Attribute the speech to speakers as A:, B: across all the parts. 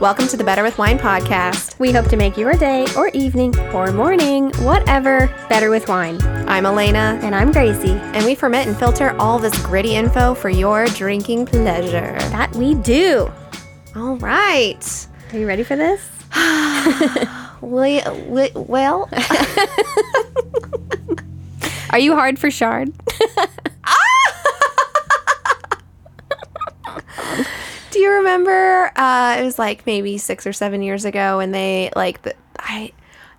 A: Welcome to the Better with Wine podcast.
B: We hope to make your day or evening or morning, whatever, better with wine.
A: I'm Elena,
B: And I'm Gracie.
A: and we ferment and filter all this gritty info for your drinking pleasure.
B: That we do.
A: All right.
B: Are you ready for this?
A: We, we, well,
B: Are you hard for shard?
A: do you remember? Uh, it was like maybe six or seven years ago, and they like the I.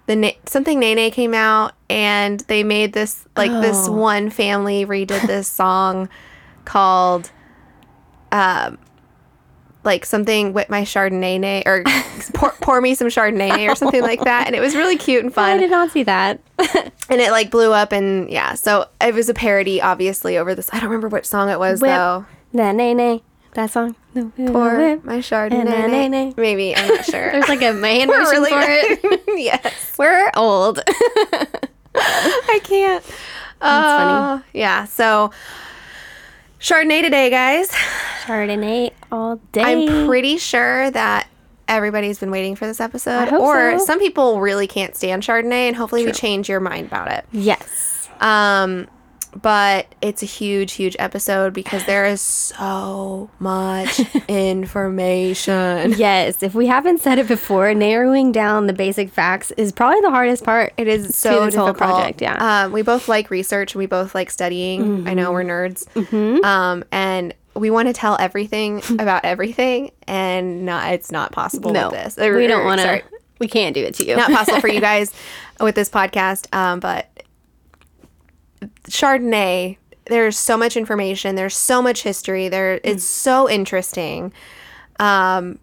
A: The na- something Nene came out and they made this like this
B: Oh.
A: one family redid this song called um like something with my Chardonnay or pour, pour me some Chardonnay or something like that and it was really cute and
B: I
A: fun
B: did not see that.
A: and it like blew up and yeah so it was a parody obviously over this i don't remember which song it was
B: Whip.
A: though
B: Nah, nay, nay. That song. No,
A: or
B: whip.
A: my
B: na- na- na.
A: chardonnay maybe i'm not sure
B: There's like a man
A: We're
B: version for it.
A: yes
B: We're old.
A: i can't
B: funny.
A: Uh, yeah so chardonnay today guys
B: Chardonnay all day.
A: i'm pretty sure that everybody's been waiting for this episode
B: hope
A: or
B: so.
A: some people really can't stand chardonnay and hopefully we change your mind about it
B: yes.
A: Um, but it's a huge, huge episode because there is so much information.
B: Yes. If we haven't said it before, narrowing down the basic facts is probably the hardest part. It is
A: So
B: to this whole
A: difficult.
B: project. Yeah. Mm-hmm.
A: Um, we both like research and we both like studying. I know we're nerds. Um, and we want to tell everything about everything, and not it's not possible
B: no,
A: with this.
B: we don't want
A: Sorry.
B: to. We can't do it to you.
A: not possible for you guys with this podcast. Um, but Chardonnay, there's so much information. There's so much history. There, it's
B: Mm.
A: so interesting. Um,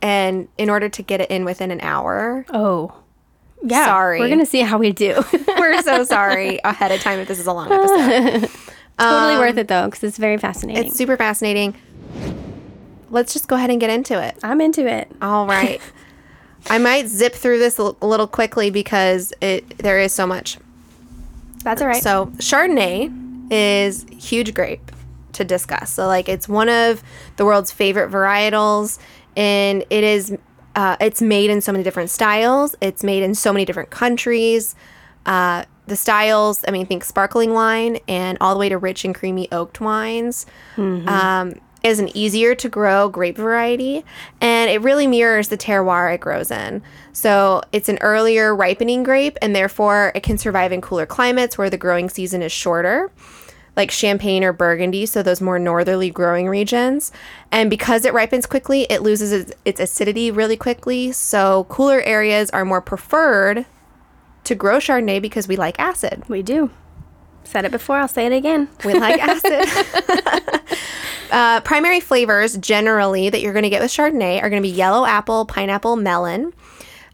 A: and in order to get it in within an hour,
B: Oh. Yeah.
A: Sorry.
B: We're going to see how we do. totally
A: we're so sorry ahead of time if this is a long episode.
B: worth it though, because Um, it's very fascinating.
A: It's super fascinating. Let's just go ahead and get into it.
B: I'm into it.
A: All right. I might zip through this a little quickly because it there is so much.
B: That's all right.
A: So Chardonnay is huge grape to discuss. So like it's one of the world's favorite varietals, and it is uh, it's made in so many different styles. It's made in so many different countries. Uh, the styles, I mean, think sparkling wine and all the way to rich and creamy oaked wines. Um, is an easier to grow grape variety, and it really mirrors the terroir it grows in. So it's an earlier ripening grape, and therefore it can survive in cooler climates where the growing season is shorter, like Champagne or Burgundy, so those more northerly growing regions. And because it ripens quickly, it loses its, its acidity really quickly. So cooler areas are more preferred to grow Chardonnay because we like acid.
B: we do. Said it before. I'll say it again.
A: We like acid. uh, primary flavors generally that you're going to get with Chardonnay are going to be yellow apple, pineapple, melon.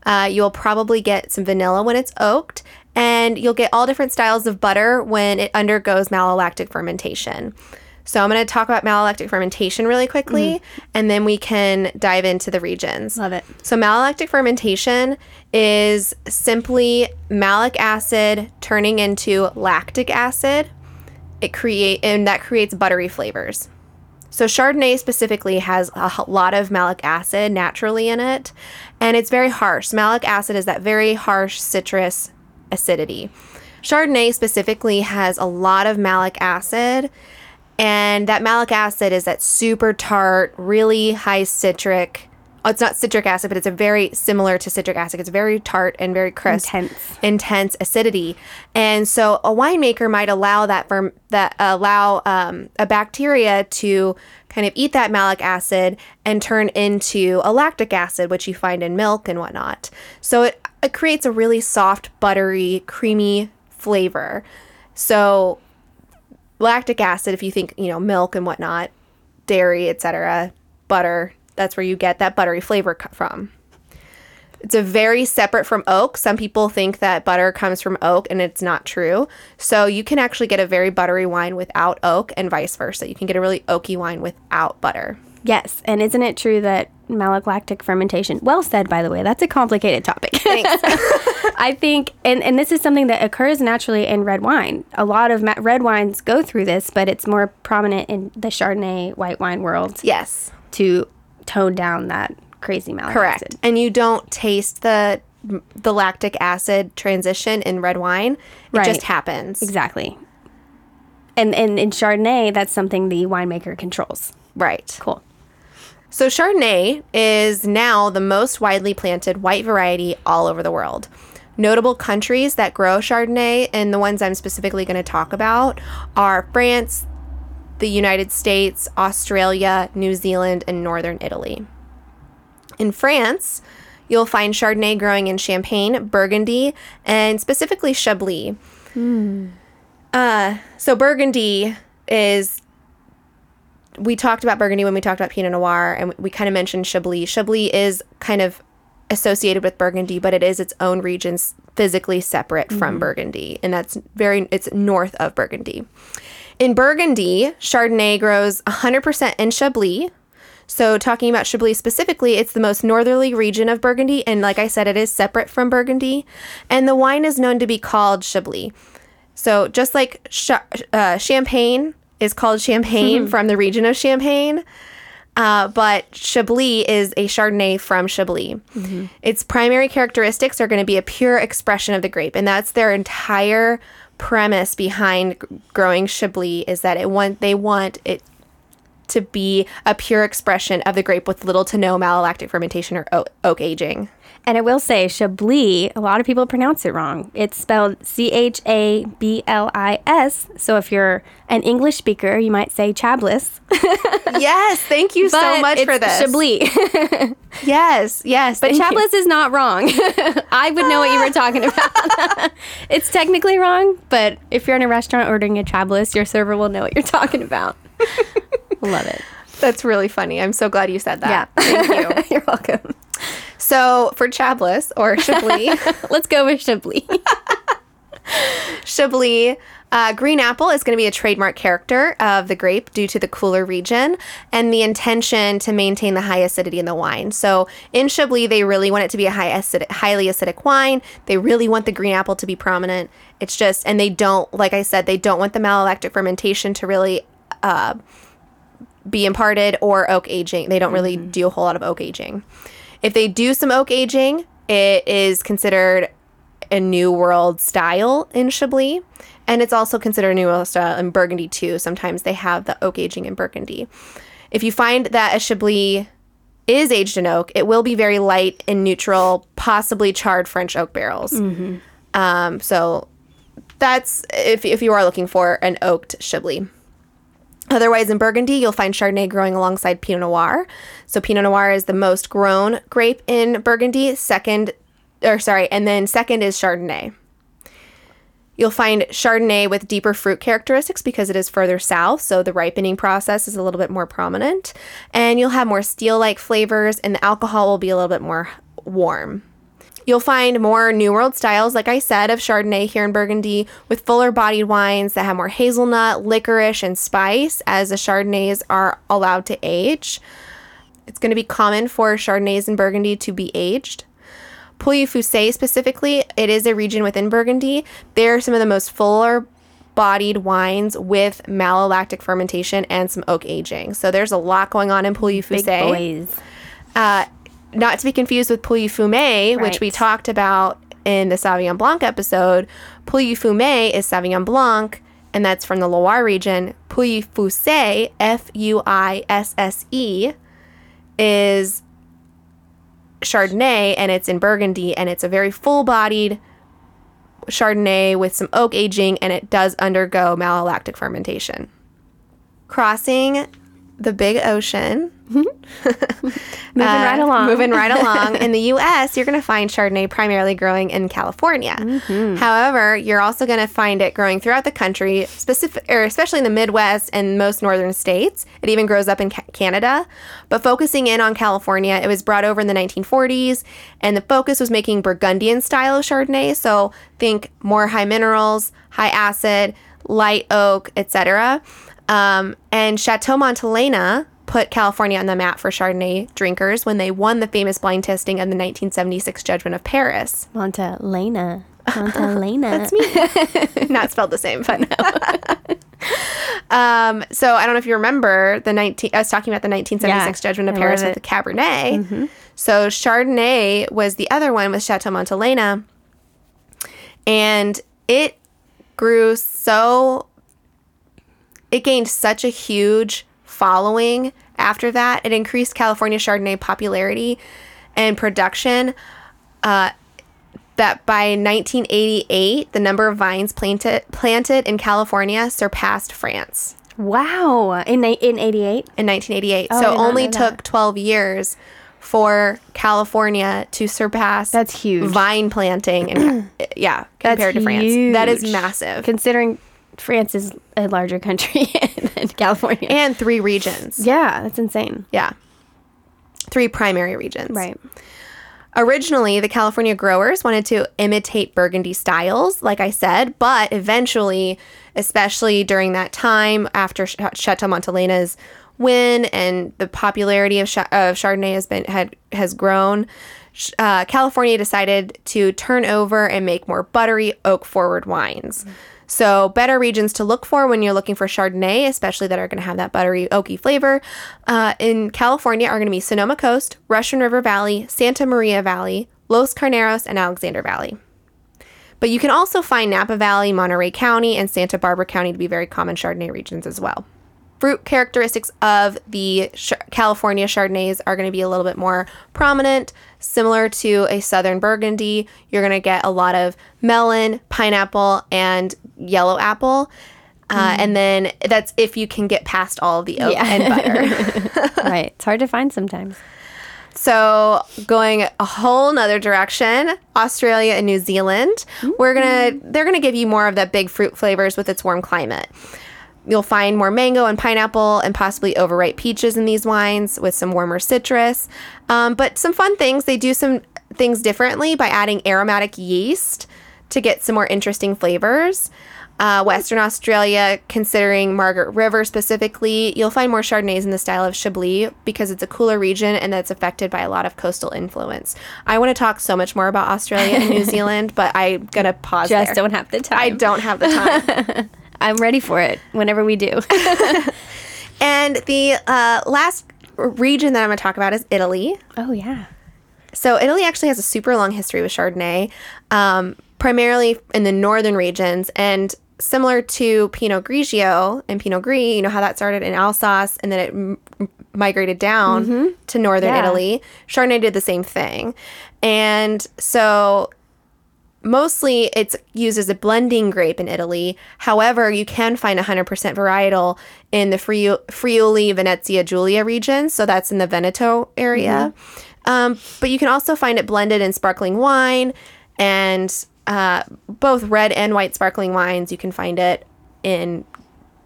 A: Uh, you'll probably get some vanilla when it's oaked, and you'll get all different styles of butter when it undergoes malolactic fermentation. So, I'm going to talk about malolactic fermentation really quickly, and then we can dive into the regions.
B: Mm-hmm. Love it.
A: So, malolactic fermentation is simply malic acid turning into lactic acid. It create and that creates buttery flavors. So, Chardonnay specifically has a h- lot of malic acid naturally in it, and it's very harsh. Malic acid is that very harsh citrus acidity. Chardonnay specifically has a lot of malic acid, and that malic acid is that super tart, really high citric. Oh, it's not citric acid, but it's a very similar to citric acid. It's very tart and very crisp,
B: Intense.
A: intense acidity. And so, a winemaker might allow that firm that allow um, a bacteria to kind of eat that malic acid and turn into a lactic acid, which you find in milk and whatnot. So it it creates a really soft, buttery, creamy flavor. So lactic acid if you think you know milk and whatnot dairy etc butter that's where you get that buttery flavor co- from it's a very separate from oak some people think that butter comes from oak and it's not true so you can actually get a very buttery wine without oak and vice versa you can get a really oaky wine without butter
B: Yes. And isn't it true that malolactic fermentation? Well said, by the way. That's a complicated topic. I think, and, and this is something that occurs naturally in red wine. A lot of ma- red wines go through this, but it's more prominent in the Chardonnay white wine world
A: yes
B: to tone down that crazy malic
A: Correct.
B: acid.
A: And you don't taste the the lactic acid transition in red wine. It
B: Right.
A: just happens.
B: Exactly. And, and in Chardonnay, that's something the winemaker controls.
A: Right.
B: Cool.
A: So Chardonnay is now the most widely planted white variety all over the world. Notable countries that grow Chardonnay and the ones I'm specifically going to talk about are France, the United States, Australia, New Zealand, and northern Italy. In France, you'll find Chardonnay growing in Champagne, Burgundy, and specifically Chablis. Uh, so Burgundy is we talked about Burgundy when we talked about Pinot Noir, and we kind of mentioned Chablis. Chablis is kind of associated with Burgundy, but it is its own region s- physically separate from Burgundy, and that's very it's north of Burgundy. In Burgundy, Chardonnay grows 100% in Chablis. So, talking about Chablis specifically, it's the most northerly region of Burgundy, and like I said, it is separate from Burgundy. And the wine is known to be called Chablis. So just like sh- uh, champagne is called champagne from the region of Champagne, uh, but Chablis is a Chardonnay from Chablis. Its primary characteristics are going to be a pure expression of the grape, and that's their entire premise behind g- growing Chablis is that it want they want it to be a pure expression of the grape with little to no malolactic fermentation or o- oak aging.
B: And I will say Chablis, a lot of people pronounce it wrong. It's spelled C H A B L I S. So if you're an English speaker, you might say Chablis.
A: yes, thank you so
B: But
A: much
B: it's
A: for this.
B: Chablis.
A: Yes, yes.
B: But
A: thank you.
B: Chablis is not wrong. I would know what you were talking about. it's technically wrong, but if you're in a restaurant ordering a Chablis, your server will know what you're talking about. Love it.
A: That's really funny. I'm so glad you said that.
B: Yeah.
A: Thank you.
B: You're welcome.
A: So for Chablis or Chablis,
B: Let's go with Chablis.
A: Chablis, uh, green apple is going to be a trademark character of the grape due to the cooler region and the intention to maintain the high acidity in the wine. So in Chablis, they really want it to be a high acid, highly acidic wine. They really want the green apple to be prominent. It's just, and they don't, like I said, they don't want the malolactic fermentation to really be imparted or oak aging. They don't really do a whole lot of oak aging. If they do some oak aging, it is considered a new world style in Chablis, and it's also considered a new world style in Burgundy too. Sometimes they have the oak aging in Burgundy. If you find that a Chablis is aged in oak, it will be very light and neutral, possibly charred French oak barrels. Um, so that's if, if you are looking for an oaked Chablis. Otherwise, in Burgundy, you'll find Chardonnay growing alongside Pinot Noir. So Pinot Noir is the most grown grape in Burgundy, second, or sorry, and then second is Chardonnay. You'll find Chardonnay with deeper fruit characteristics because it is further south, so the ripening process is a little bit more prominent. And you'll have more steel like flavors, and the alcohol will be a little bit more warm. You'll find more New World styles, like I said, of Chardonnay here in Burgundy, with fuller bodied wines that have more hazelnut, licorice, and spice, as the Chardonnays are allowed to age. It's going to be common for Chardonnays in Burgundy to be aged. Pouilly Foussay specifically, it is a region within Burgundy. They're some of the most fuller bodied wines with malolactic fermentation and some oak aging. So there's a lot going on in Pouilly Foussay.
B: Big boys.
A: Uh, not to be confused with Pouilly Fumé, which we
B: Right.
A: talked about in the Sauvignon Blanc episode. Pouilly Fumé is Sauvignon Blanc, and that's from the Loire region. Pouilly Foussé, F U I S S E, is Chardonnay, and it's in Burgundy, and it's a very full bodied Chardonnay with some oak aging, and it does undergo malolactic fermentation. Crossing the big ocean.
B: Moving
A: Uh,
B: right along.
A: Moving right along. In the U.S., you're going to find Chardonnay primarily growing in California.
B: Mm-hmm.
A: However, you're also going to find it growing throughout the country, specific, or especially in the Midwest and most northern states. It even grows up in Ca- Canada. But focusing in on California, it was brought over in the 1940s, and the focus was making Burgundian style of Chardonnay. So think more high minerals, high acid, light oak, etc. Um, and Chateau Montelena put California on the map for Chardonnay drinkers when they won the famous blind testing of the 1976 Judgment of Paris.
B: Monta Lena. Monta Lena.
A: Not spelled the same, but no. Um, so I don't know if you remember the 19. I was talking about the 1976
B: Yeah,
A: judgment of
B: I
A: Paris
B: love Mm-hmm.
A: with the Cabernet. So Chardonnay was the other one with Chateau Montelena, and it grew so. It gained such a huge following after that. It increased California Chardonnay popularity and production that by 1988, the number of vines planted planted in California surpassed France
B: Wow. In ni- in 88.
A: in 1988.
B: Oh, I
A: so
B: did
A: it
B: not
A: only
B: know that.
A: took 12 years for California to surpass
B: That's huge.
A: vine planting and yeah, compared to France. That is
B: huge.
A: massive.
B: Considering France is a larger country than California.
A: and three regions.
B: yeah, that's insane.
A: Yeah. Three primary regions.
B: Right.
A: Originally, the California growers wanted to imitate Burgundy styles, like I said, but eventually, especially during that time after Ch- Chateau Montelena's win and the popularity of, Ch- of Chardonnay has been had has grown, sh- uh, California decided to turn over and make more buttery oak forward wines. So, better regions to look for when you're looking for Chardonnay, especially that are going to have that buttery, oaky flavor, uh, in California are going to be Sonoma Coast, Russian River Valley, Santa Maria Valley, Los Carneros, and Alexander Valley. But you can also find Napa Valley, Monterey County, and Santa Barbara County to be very common Chardonnay regions as well. Fruit characteristics of the Sh- California Chardonnays are going to be a little bit more prominent, similar to a Southern Burgundy. You're going to get a lot of melon, pineapple, and yellow apple. Uh, And then that's if you can get past all the oak
B: Yeah.
A: and butter.
B: right. It's hard to find sometimes.
A: So, going a whole nother direction, Australia and New Zealand, we're gonna they're gonna give you more of that big fruit flavors with its warm climate. You'll find more mango and pineapple and possibly overripe peaches in these wines with some warmer citrus. Um, but some fun things they do some things differently by adding aromatic yeast to get some more interesting flavors. Uh, Western Australia, considering Margaret River specifically, you'll find more Chardonnays in the style of Chablis because it's a cooler region and that's affected by a lot of coastal influence. I want to talk so much more about Australia and New Zealand, but I'm gonna pause
B: Just
A: there.
B: don't have the time.
A: I don't have the time.
B: I'm ready for it whenever we do.
A: And the uh, last region that I'm going to talk about is Italy.
B: oh, yeah.
A: So Italy actually has a super long history with Chardonnay, um, primarily in the northern regions and similar to Pinot Grigio and Pinot Gris. You know how that started in Alsace and then it m- m- migrated down to northern
B: Yeah.
A: Italy. Chardonnay did the same thing, and so mostly it's used as a blending grape in Italy. However, you can find 100% varietal in the Friu- Friuli, Venezia, Giulia region. So that's in the Veneto area. Um, but you can also find it blended in sparkling wine and uh, both red and white sparkling wines. You can find it in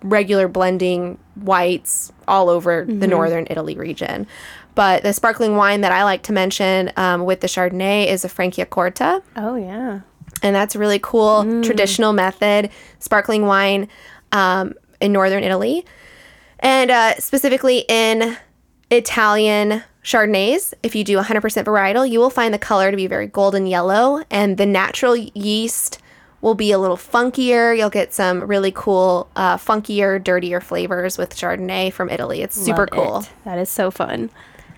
A: regular blending whites all over the northern Italy region. But the sparkling wine that I like to mention um, with the Chardonnay is a Franciacorta
B: Oh, yeah.
A: and that's a really cool
B: Mm.
A: traditional method sparkling wine um, in northern italy and uh, specifically in italian chardonnays if you do 100% varietal you will find the color to be very golden yellow and the natural yeast will be a little funkier you'll get some really cool uh, funkier dirtier flavors with chardonnay from italy it's super
B: Love
A: cool
B: it. That is so fun.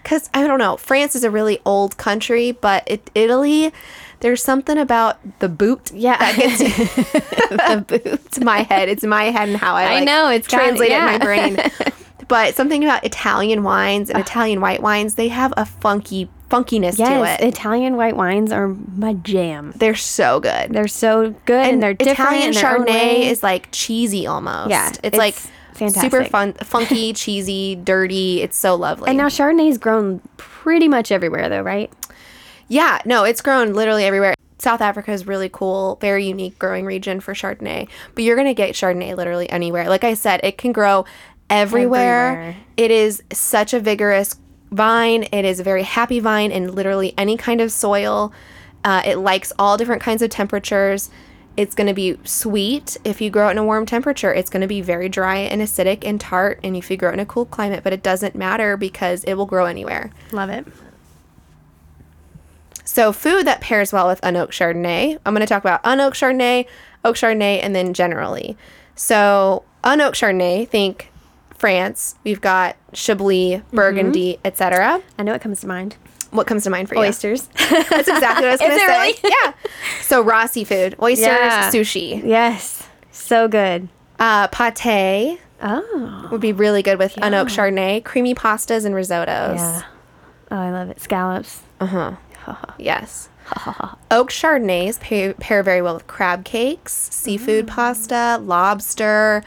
A: because I don't know, France is a really old country, but it, Italy, there's something about the boot.
B: Yeah.
A: that gets the boot. It's my head. It's my head and how I.
B: I
A: like,
B: know, it's got-
A: translated in my
B: yeah.
A: brain. But something about Italian wines and Italian white wines, they have a funky funkiness
B: Yes,
A: to it.
B: Italian white wines are my jam.
A: They're so good.
B: They're so good and, they're different.
A: Italian
B: in their own
A: Chardonnay
B: way.
A: is like cheesy almost.
B: Yeah,
A: it's,
B: it's
A: like super
B: fantastic.
A: fun, funky, cheesy, dirty. It's so lovely.
B: And now Chardonnay's grown pretty much everywhere, though, right?
A: Yeah, no, it's grown literally everywhere. South Africa is really cool, very unique growing region for Chardonnay. But you're going to get Chardonnay literally anywhere. Like I said, it can grow everywhere.
B: Everywhere.
A: It is such a vigorous vine. It is a very happy vine in literally any kind of soil. Uh, it likes all different kinds of temperatures. It's going to be sweet if you grow it in a warm temperature. It's going to be very dry and acidic and tart, and if you grow it in a cool climate, but it doesn't matter because it will grow anywhere.
B: Love it.
A: So, food that pairs well with unoaked Chardonnay. I'm going to talk about unoaked Chardonnay, oak Chardonnay, and then generally. So, unoaked Chardonnay, think France. We've got Chablis, Burgundy,
B: Mm-hmm.
A: etc.
B: I know it comes to mind.
A: What comes to mind for you?
B: Oysters.
A: That's exactly what I was
B: Is
A: going to
B: it
A: say.
B: really?
A: yeah. So, raw seafood, oysters,
B: Yeah.
A: sushi.
B: yes. So good.
A: Uh, pate
B: Oh.
A: would be really good with unoaked Chardonnay, creamy pastas, and risottos.
B: Yeah. Oh, I love it. Scallops.
A: Yes. Oak Chardonnays pair, pair very well with crab cakes,
B: Mm.
A: seafood pasta, lobster,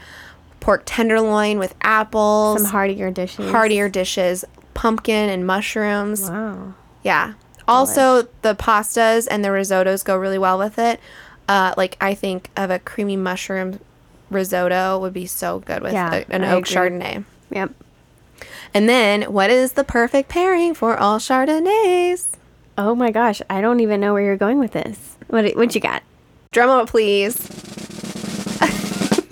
A: pork tenderloin with apples,
B: Some heartier dishes.
A: heartier dishes, pumpkin and mushrooms.
B: Wow.
A: Yeah. Also, the pastas and the risottos go really well with it. Uh, like, I think of a creamy mushroom risotto would be so good with
B: Yeah,
A: a- an
B: I
A: oak
B: agree.
A: Chardonnay.
B: Yep.
A: And then, what is the perfect pairing for all Chardonnays?
B: Oh my gosh, I don't even know where you're going with this. What what you got?
A: Drum up, please.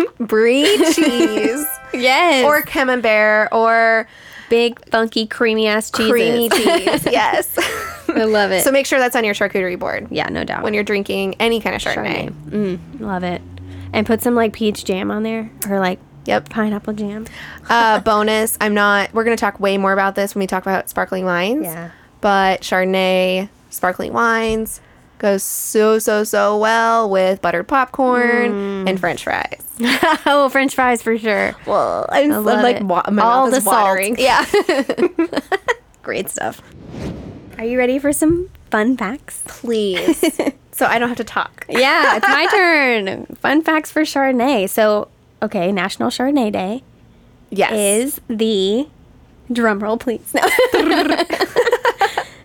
A: Brie cheese
B: Yes.
A: or
B: Or
A: camembert or
B: big funky creamy ass cheese.
A: creamy cheese. Yes.
B: I love it.
A: so make sure that's on your charcuterie board
B: yeah, no doubt.
A: when you're drinking any kind of Chardonnay.
B: Mm, love it. And put some like peach jam on there or like
A: Yep.
B: pineapple jam.
A: Uh, bonus, I'm not, we're going to talk way more about this when we talk about sparkling wines.
B: Yeah.
A: But Chardonnay, sparkling wines goes so, so, so well with buttered popcorn
B: Mm.
A: and french fries.
B: oh, french fries for sure.
A: Well, I'm, I'm
B: love
A: like,
B: it.
A: wa- my
B: All
A: mouth
B: the
A: is
B: salt.
A: watering. Yeah.
B: Great stuff. Are you ready for some fun facts?
A: please. so I don't have to talk.
B: Yeah, it's my turn. Fun facts for Chardonnay. So, okay, National Chardonnay Day
A: Yes.
B: is the drum roll, please. No.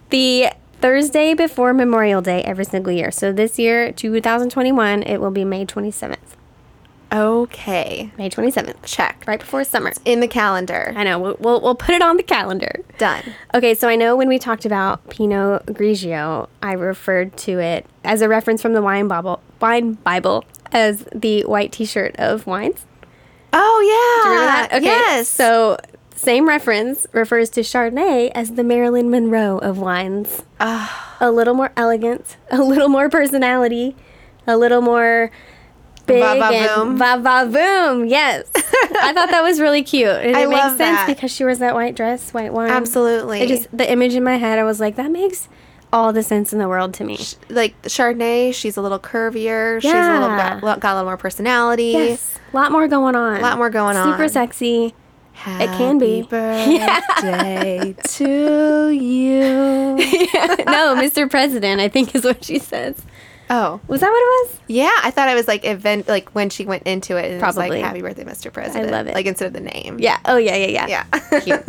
B: the Thursday before Memorial Day every single year. So this year, 2021, it will be May 27th.
A: okay.
B: May 27th.
A: Check.
B: Right before summer.
A: In the calendar.
B: I know. We'll, we'll, we'll put it on the calendar.
A: Done.
B: Okay, so I know when we talked about Pinot Grigio, I referred to it as a reference from the wine Bible, wine Bible, as the white T-shirt of wines.
A: Oh yeah.
B: Remember that? Okay,
A: Yes.
B: So same reference refers to Chardonnay as the Marilyn Monroe of wines.
A: Ah.
B: a little more elegant, a little more personality, a little more big
A: Va, va,
B: and
A: voom.
B: va va boom. Yes, I thought that was really cute. And
A: I
B: it makes
A: love
B: sense
A: that.
B: because she wears that white dress, white wine.
A: Absolutely.
B: It just the image in my head. I was like, that makes all the sense in the world to me.
A: like the Chardonnay, she's a little curvier. She's a little
B: Yeah.
A: got, lo- got a little more personality.
B: Yes, a lot more going on. A
A: lot more going
B: Super
A: on.
B: sexy.
A: Happy
B: can be.
A: Birthday to you.
B: no, Mr. President, I think is what she says.
A: Oh
B: Was that what it was?
A: yeah, I thought I was like event like when she went into it. And It was
B: Probably.
A: like Happy Birthday, Mr. President.
B: love it.
A: Like instead of the name.
B: Yeah. Oh, yeah, yeah, yeah.
A: Yeah.
B: Cute.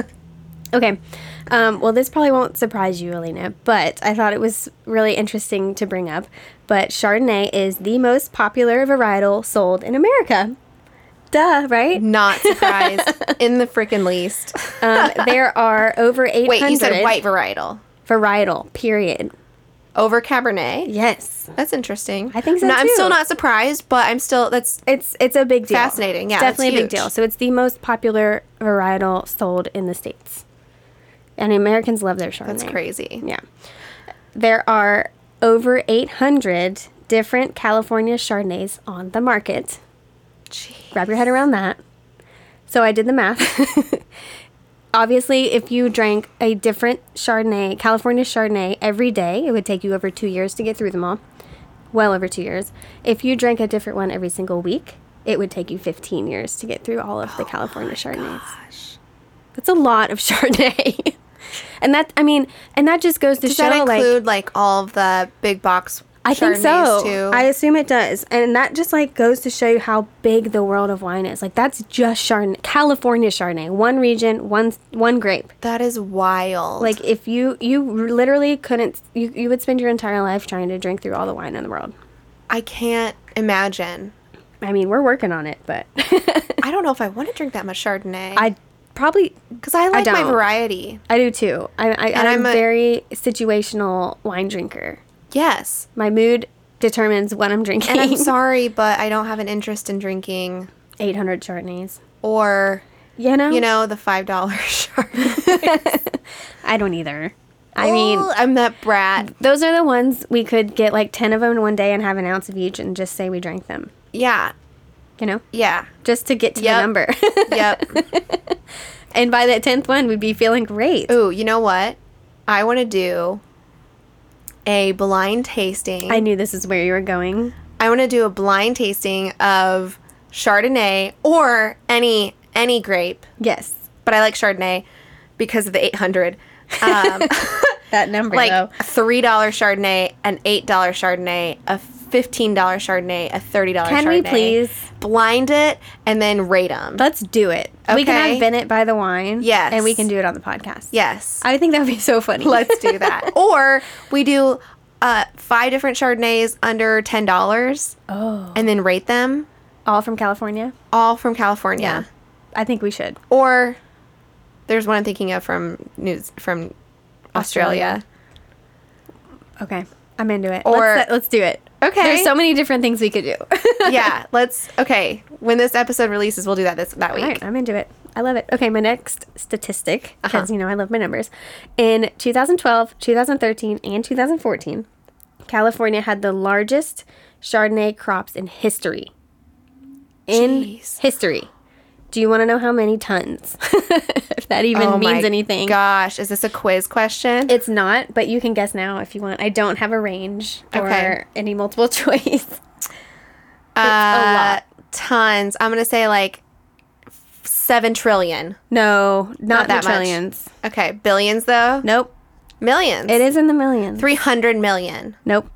B: Okay. Um, well, this probably won't surprise you, Alina, but I thought it was really interesting to bring up. But Chardonnay is the most popular varietal sold in America. Duh, right?
A: Not surprised in the freaking least.
B: Um, there are over 800
A: Wait, you said white varietal
B: varietal, period.
A: over Cabernet.
B: Yes.
A: That's interesting.
B: I think so,
A: No, I'm
B: too.
A: still not surprised, but I'm still that's
B: It's it's a big deal.
A: Fascinating. Yeah,
B: It's definitely
A: that's
B: a big
A: huge.
B: deal. So it's the most popular varietal sold in the states, and Americans love their Chardonnay.
A: that's crazy.
B: Yeah, there are over 800 different California Chardonnays on the market.
A: Gee.
B: Wrap your head around that. So I did the math. Obviously, if you drank a different Chardonnay, California Chardonnay, every day, it would take you over two years to get through them all. Well over two years. If you drank a different one every single week, it would take you 15 years to get through all of
A: Oh
B: the California Chardonnays. That's a lot of Chardonnay. and that, I mean, and that just goes to
A: Does
B: show
A: that
B: like.
A: include like, all of the big box?
B: I think
A: Chardonnays,
B: so.
A: Too?
B: I assume it does, and that just like goes to show you how big the world of wine is. Like that's just Chardonnay, California Chardonnay, one region, one one grape.
A: that is wild.
B: Like if you you literally couldn't, you you would spend your entire life trying to drink through all the wine in the world.
A: I can't imagine.
B: I mean, we're working on it, but
A: I don't know if I want to drink that much Chardonnay.
B: I probably
A: because I like my
B: don't.
A: variety.
B: I do too. I, I
A: And
B: I'm
A: I'm a-
B: very situational wine drinker.
A: Yes,
B: My mood determines what I'm drinking.
A: and I'm sorry, but I don't have an interest in drinking
B: 800 Chardonnays.
A: or
B: You know,
A: you know the five dollar Chardonnay.
B: I don't either. I mean,
A: Ooh, Oh, I'm that brat.
B: those are the ones we could get like 10 of them in one day and have an ounce of each and just say we drank them,
A: Yeah,
B: you know,
A: yeah,
B: just to get to
A: Yep.
B: the number.
A: yep.
B: and by that 10th one, we'd be feeling great.
A: Ooh, you know what? I want to do a blind tasting.
B: I knew this is where you were going.
A: I want to do a blind tasting of Chardonnay or any any grape,
B: Yes.
A: but I like Chardonnay because of the 800. Um,
B: That number,
A: like
B: though.
A: a three dollar Chardonnay, an eight dollar Chardonnay, a fifteen dollar Chardonnay, a thirty dollar.
B: Can we please?
A: blind it and then rate them?
B: Let's do it. We can
A: Okay.
B: have Bennett by the wine.
A: Yes.
B: And we can do it on the podcast.
A: yes,
B: I think that would be so funny.
A: let's do that. or we do uh, five different Chardonnays under ten dollars
B: oh.
A: and then rate them
B: All from California?
A: all from California.
B: I think we should.
A: Or there's one I'm thinking of from New from Australia.
B: Okay. I'm into it.
A: Or-
B: let's, let's do it.
A: Okay.
B: There's so many different things we could do.
A: yeah, let's okay. When this episode releases, we'll do that this that week.
B: All right, I'm into it. I love it. Okay, my next statistic,
A: Uh-huh.
B: because you know I love my numbers. In 2012, 2013, and 2014, California had the largest Chardonnay crops in history. In
A: Jeez.
B: history. Do you want to know how many tons? if that even
A: Oh
B: means
A: my
B: anything.
A: Gosh, is this a quiz question?
B: It's not, but you can guess now if you want. I don't have a range or
A: Okay.
B: any multiple choice.
A: Uh,
B: lot.
A: Tons. I'm gonna say like seven trillion.
B: No,
A: that
B: not, that
A: much.
B: trillions.
A: Okay, billions though.
B: Nope.
A: Millions.
B: It is in the millions.
A: three hundred million.
B: Nope.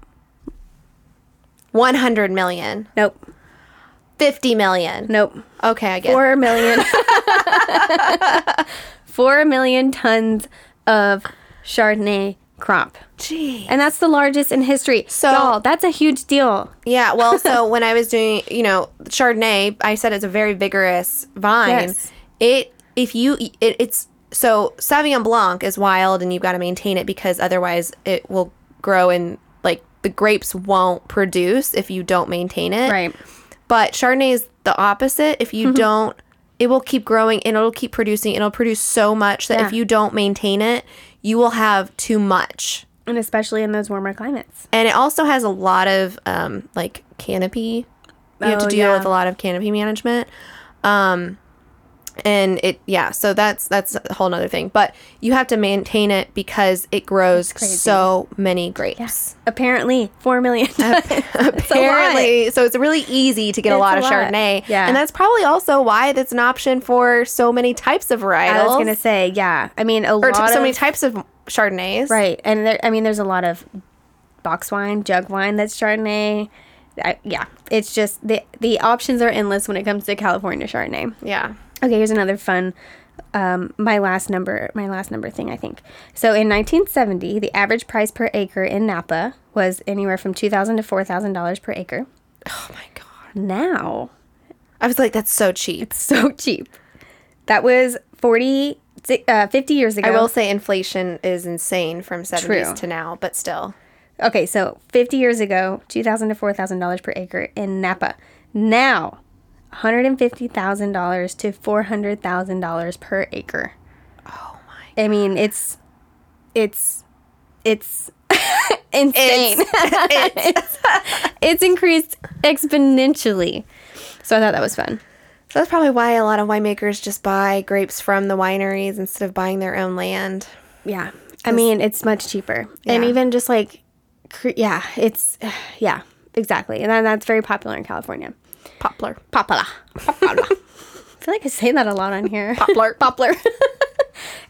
A: One hundred million.
B: Nope.
A: Fifty million.
B: Nope.
A: Okay, I get. it.
B: Four million. Four million tons of Chardonnay crop.
A: Gee.
B: And that's the largest in history.
A: So-
B: So Y'all, that's a huge deal.
A: Yeah. Well, so when I was doing, you know, Chardonnay, I said it's a very vigorous vine.
B: Yes.
A: It if you it, it's so Sauvignon Blanc is wild, and you've got to maintain it because otherwise it will grow and like the grapes won't produce if you don't maintain it. But Chardonnay is the opposite. If
B: Mm-hmm.
A: you don't, it will keep growing and it'll keep producing. It'll produce so much that if
B: Yeah.
A: you don't maintain it, you will have too much.
B: And especially in those warmer climates.
A: And it also has a lot of um, like canopy. You have to
B: Oh,
A: deal
B: yeah.
A: with a lot of canopy management. Um, and it yeah, so that's that's a whole nother thing. But you have to maintain it because it grows so many grapes.
B: Apparently, four million. It's a lot.
A: Apparently, so it's really easy to get a
B: It's
A: lot
B: a
A: of
B: lot.
A: Chardonnay,
B: Yeah.
A: and that's probably also why that's an option for so many types of varietals,
B: I was gonna say, yeah. I mean, a
A: or
B: lot
A: t- so
B: of
A: many types of Chardonnays.
B: right, and there, I mean, there's a lot of box wine, jug wine that's Chardonnay. I, yeah, it's just the the options are endless when it comes to California Chardonnay.
A: Yeah.
B: Okay, here's another fun. Um, my last number, my last number thing, I think. So in 1970, the average price per acre in Napa was anywhere from two thousand to four thousand dollars per acre.
A: Oh my god.
B: Now,
A: I was like, that's so cheap.
B: so cheap. That was 40, uh, 50 years ago.
A: I will say inflation is insane from 70s
B: True.
A: to now, but still.
B: Okay, so 50 years ago, 2000 to $4,000 per acre in Napa. Now, $150,000 to $400,000 per acre.
A: Oh my.
B: I mean, it's it's it's insane. It's, increased exponentially. So I thought that was fun.
A: So that's probably why a lot of winemakers just buy grapes from the wineries instead of buying their own land.
B: Yeah. I mean, it's much cheaper. And
A: Yeah.
B: even just like cre- yeah, it's yeah, exactly. And then that's very popular in California.
A: Poplar.
B: Popala. I feel like I say that a lot on here.
A: Poplar. Poplar.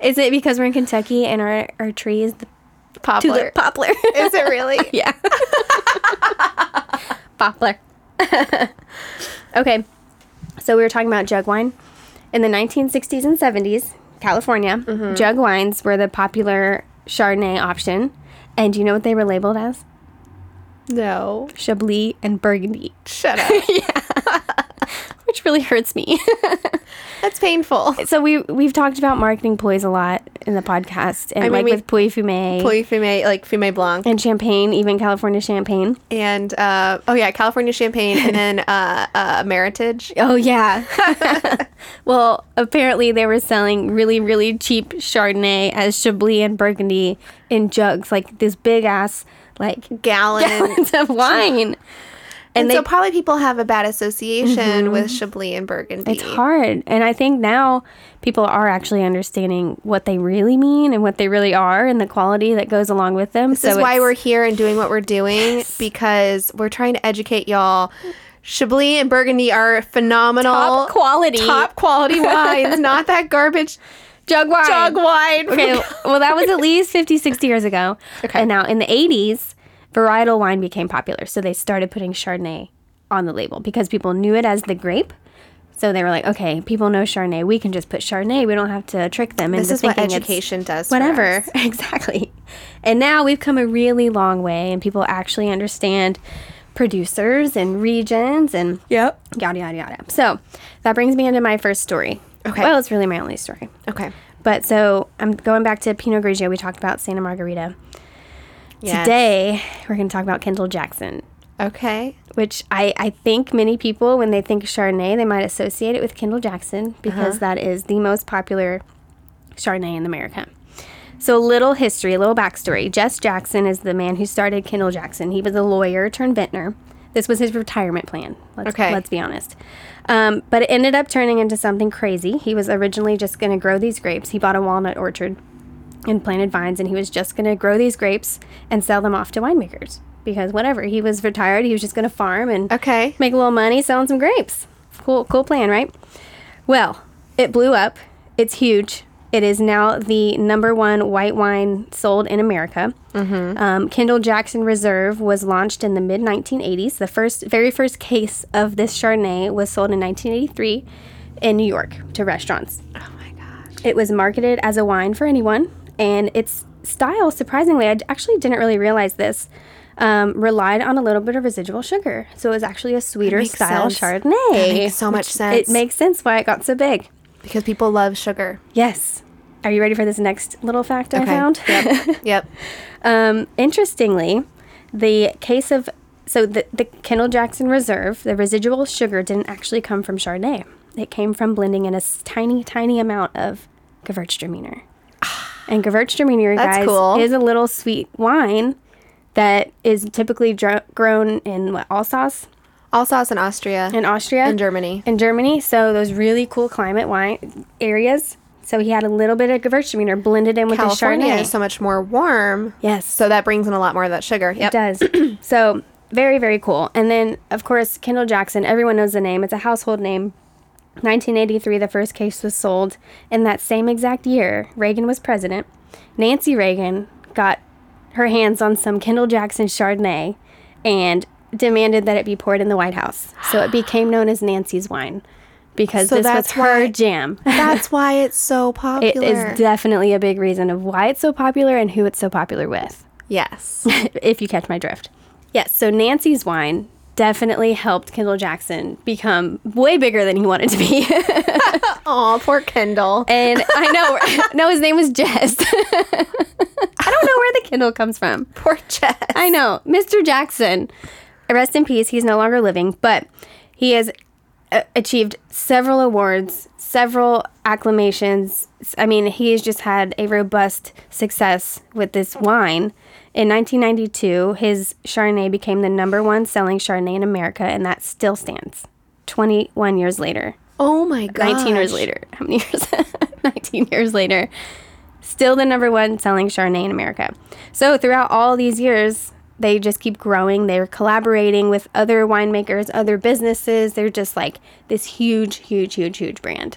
B: Is it because we're in Kentucky and our, our tree is the
A: Poplar.
B: tulip poplar?
A: Is it really?
B: yeah. poplar. okay. So we were talking about jug wine. In the 1960s and 70s, California, jug wines were the popular Chardonnay option. And do you know what they were labeled as?
A: No.
B: Chablis and Burgundy,
A: Shut up.
B: which really hurts me.
A: That's painful.
B: So we we've talked about marketing ploys a lot in the podcast, and
A: I mean,
B: like
A: we-
B: with ploy fume
A: Ploy fume, like fume blanc,
B: and champagne, even California champagne.
A: and uh, oh yeah, California champagne, and then uh, uh, Meritage.
B: Oh yeah. well, apparently they were selling really really cheap Chardonnay as Chablis and Burgundy in jugs, like this big ass like
A: Gallon
B: gallons of wine.
A: And,
B: And they
A: so probably people have a bad association with Chablis and Burgundy.
B: It's hard. And I think now people are actually understanding what they really mean and what they really are and the quality that goes along with them.
A: This is why
B: it's-
A: we're here and doing what we're doing because we're trying to educate y'all. Chablis and Burgundy are phenomenal,
B: Top quality.
A: top quality wines, not that garbage
B: jug wine.
A: jug wine.
B: Okay, well, that was at least 50, 60 years ago.
A: Okay.
B: And now in the 80s, varietal wine became popular. So they started putting Chardonnay on the label because people knew it as the grape. So they were like, okay, people know Chardonnay. We can just put Chardonnay. We don't have to trick them
A: This
B: into
A: is what
B: thinking it's-
A: education does. for
B: whatever.
A: us.
B: Exactly. And now we've come a really long way, and people actually understand producers and regions and
A: Yep.
B: yada yada yada. So that brings me into my first story.
A: Okay.
B: Well, it's really my only story.
A: Okay.
B: But so I'm going back to Pinot Grigio. We talked about Santa Margarita.
A: Yes.
B: Today we're going to talk about Kendall Jackson,
A: Okay.
B: which I, I think many people when they think Chardonnay they might associate it with Kendall
A: Uh-huh.
B: Jackson because that is the most popular Chardonnay in America. So, a little history, a little backstory. Jess Jackson is the man who started Kendall Jackson. He was a lawyer turned vintner. This was his retirement plan. Let's,
A: Okay.
B: Let's be honest. Um, but it ended up turning into something crazy. He was originally just going to grow these grapes. He bought a walnut orchard and planted vines, and he was just going to grow these grapes and sell them off to winemakers because whatever. He was retired. He was just going to farm and
A: Okay.
B: make a little money selling some grapes. Cool, cool plan, right? Well, it blew up. It's huge. It is now the number one white wine sold in America. Um, Kendall Jackson Reserve was launched in the mid 1980s. The first, very first case of this Chardonnay was sold in 1983 in New York to restaurants.
A: Oh my gosh.
B: It was marketed as a wine for anyone, and its style, surprisingly, I d- actually didn't really realize this, um, relied on a little bit of residual sugar. So it was actually a sweeter
A: makes
B: style
A: sense.
B: Chardonnay.
A: That makes so much sense.
B: It makes sense why it got so big.
A: Because people love sugar.
B: Yes. Are you ready for this next little fact I
A: Okay.
B: found?
A: Yep. yep.
B: Um, interestingly, the case of so the, the Kendall Jackson Reserve, the residual sugar didn't actually come from Chardonnay. It came from blending in a s- tiny, tiny amount of Gewürztraminer. And Gewürztraminer, you
A: Ah, That's
B: guys,
A: cool.
B: is a little sweet wine that is typically dr- grown in what Alsace
A: Alsace in Austria
B: in Austria
A: and Germany.
B: in Germany. So those really cool climate wine areas. So he had a little bit of Gewürztraminer blended in with
A: California
B: the Chardonnay.
A: is so much more warm.
B: yes.
A: So that brings in a lot more of that sugar. Yep.
B: It does. so very, very cool. And then, of course, Kendall Jackson. Everyone knows the name. It's a household name. 1983, the first case was sold. In that same exact year, Reagan was president. Nancy Reagan got her hands on some Kendall Jackson Chardonnay and demanded that it be poured in the White House. So it became known as Nancy's wine because
A: So
B: this was
A: that's
B: her
A: why-
B: jam.
A: That's why it's so
B: It
A: popular.
B: is definitely a big reason of why it's so popular and who it's so popular with
A: yes.
B: if you catch my drift. Yes, so Nancy's wine definitely helped Kendall Jackson become way bigger than he wanted to be.
A: Aw, poor Kendall.
B: and I know, no, his name was Jess. I don't know where the Kendall comes from.
A: Poor Jess.
B: I know, Mr. Jackson. Rest in peace. He's no longer living, but he has uh, achieved several awards, several acclamations. S- I mean, he has just had a robust success with this wine. In 1992, his Chardonnay became the number one selling Chardonnay in America, and that still stands. 21 years later,
A: Oh my god.
B: 19 years later. How many years? 19 years later. Still the number one selling Chardonnay in America. So throughout all these years, they just keep growing. They're collaborating with other winemakers, other businesses. They're just like this huge, huge, huge, huge brand.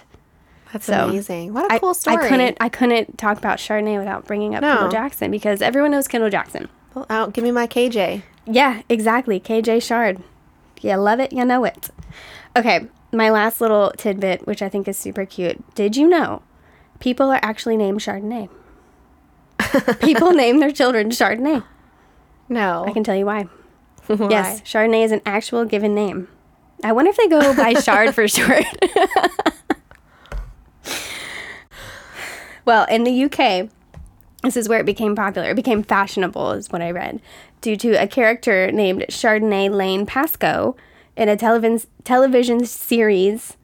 A: That's
B: So,
A: amazing. What a
B: I,
A: cool story.
B: I couldn't I couldn't talk about Chardonnay without bringing up
A: No.
B: Kendall Jackson because everyone knows Kendall Jackson.
A: Pull out. oh, Give me my KJ.
B: Yeah, exactly. KJ Shard. You love it, you know it. Okay, my last little tidbit, which I think is super cute. Did you know people are actually named Chardonnay? people name their children Chardonnay.
A: No.
B: I can tell you why. Yes, Chardonnay is an actual given name. I wonder if they go by Chard for short. Well, in the UK, this is where it became popular. It became fashionable, is what I read, due to a character named Chardonnay Lane Pasco in a television television series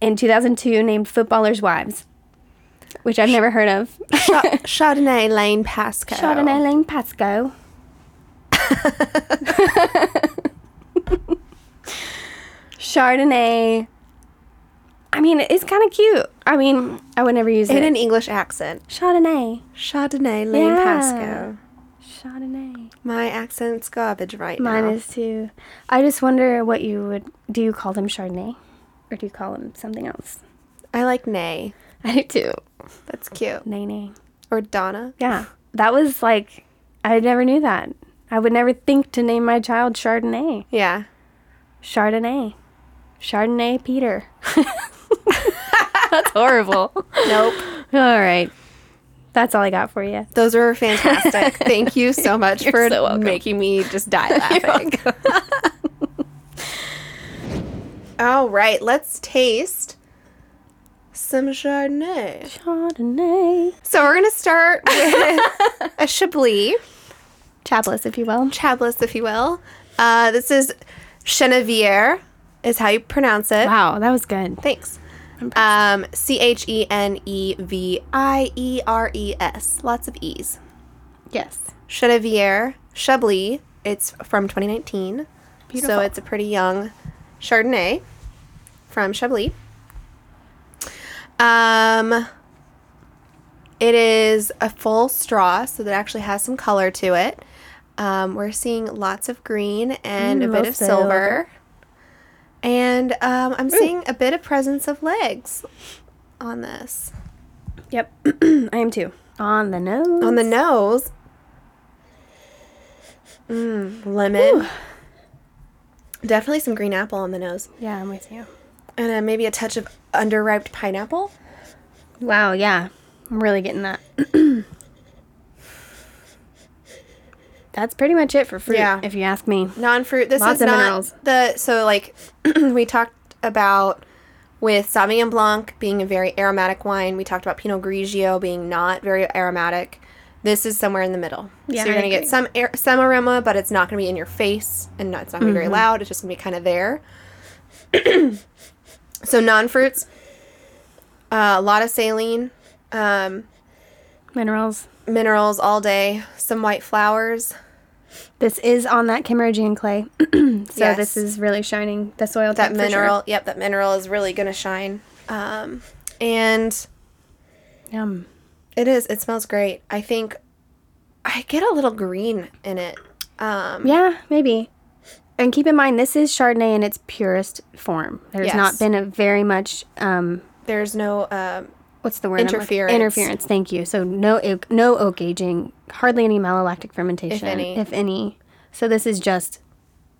B: in 2002 named Footballers' Wives, which I've never heard of.
A: Cha- Chardonnay Lane Pasco.
B: Chardonnay Lane Pasco. Chardonnay. I mean, it's kind of cute. I mean, I would never use
A: In
B: it.
A: an English accent.
B: Chardonnay.
A: Chardonnay Lane
B: Yeah.
A: Pasco.
B: Chardonnay.
A: My accent's garbage right
B: Mine
A: now.
B: is too. I just wonder what you would. Do you call them Chardonnay? Or do you call them something else?
A: I like Nay.
B: I do too.
A: That's cute.
B: Nay, nay.
A: Or Donna.
B: Yeah. That was like, I never knew that. I would never think to name my child Chardonnay.
A: Yeah.
B: Chardonnay. Chardonnay Peter. That's horrible.
A: Nope.
B: All right. That's all I got for you.
A: Those were fantastic. Thank you so much for
B: so welcome.
A: making me just die laughing. All right, let's taste some Chardonnay.
B: Chardonnay.
A: So we're gonna start with a Chablis,
B: Chapless, if you will.
A: Chablis, if you will. Uh, this is Chenevier, is how you pronounce it.
B: Wow, that was good.
A: Thanks. Um, C H E N E V I E R E S. Lots of E's.
B: Yes.
A: Chenevier Chablis. It's from 2019.
B: Beautiful.
A: So it's a pretty young Chardonnay from Chablis. Um, it is a full straw, so that actually has some color to it. Um, we're seeing lots of green and a
B: Mm,
A: bit of
B: lots of
A: silver. And um, I'm seeing a bit of presence of legs on this.
B: Yep. I am too. On the nose.
A: On the nose, mm, lemon. Definitely some green apple on the nose.
B: yeah, I'm with you.
A: And uh, maybe a touch of underripe pineapple.
B: Wow, yeah. I'm really getting that. That's pretty much it for fruit,
A: Yeah.
B: if you ask me.
A: Non-fruit. This
B: Lots
A: is
B: of
A: not
B: minerals.
A: the so like we talked about with Sauvignon Blanc being a very aromatic wine. We talked about Pinot Grigio being not very aromatic. This is somewhere in the middle.
B: Yeah,
A: so you're
B: I
A: gonna get
B: agree.
A: some air, some aroma, but it's not gonna be in your face, and not, it's not gonna
B: Mm-hmm.
A: be very loud. It's just gonna be kind of there. so non-fruits, uh, a lot of saline, um,
B: Minerals.
A: minerals all day, some white flowers.
B: This is on that Kimmeridgian clay. so
A: Yes.
B: this is really shining the soil.
A: that
B: type for sure.
A: mineral yep that mineral is really gonna shine um and
B: Yum.
A: it is it smells great i think i get a little green in it um
B: Yeah, maybe. And keep in mind, this is Chardonnay in its purest form. There's
A: Yes.
B: not been a very much. Um,
A: there's no um
B: what's the word? I'm looking-
A: Interference.
B: Interference. Thank you. So no oak, no oak aging, hardly any malolactic fermentation,
A: any.
B: if any. So this is just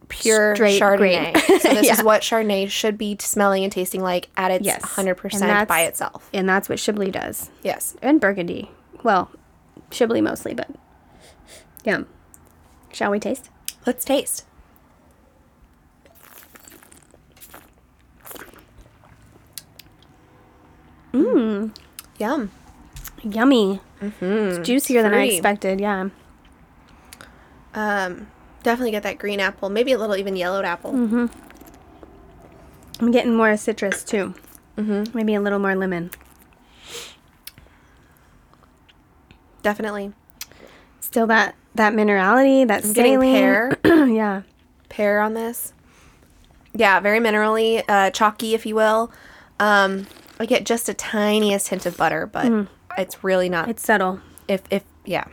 A: pure
B: Straight
A: chardonnay
B: grape.
A: so this
B: Yeah.
A: is what chardonnay should be smelling and tasting like at its
B: Yes.
A: 100%
B: And
A: by
B: that's-
A: itself
B: and that's what Chablis does,
A: yes
B: and Burgundy. Well, Chablis mostly, but yum. Shall we taste?
A: let's taste mmm yum
B: Yummy. It's juicier than I
A: Mm-hmm. fruity.
B: expected. Yeah.
A: Um, definitely get that green apple, maybe a little even yellowed apple.
B: Mm-hmm. I'm getting more citrus too. Mm-hmm. Maybe a little more lemon.
A: Definitely.
B: Still that that minerality, that
A: I'm getting
B: saline.
A: pear,
B: yeah.
A: pear on this. Yeah, very minerally, uh, chalky, if you will. Um, I get just a tiniest hint of butter, but it's really not.
B: Mm-hmm. It's subtle.
A: if if yeah.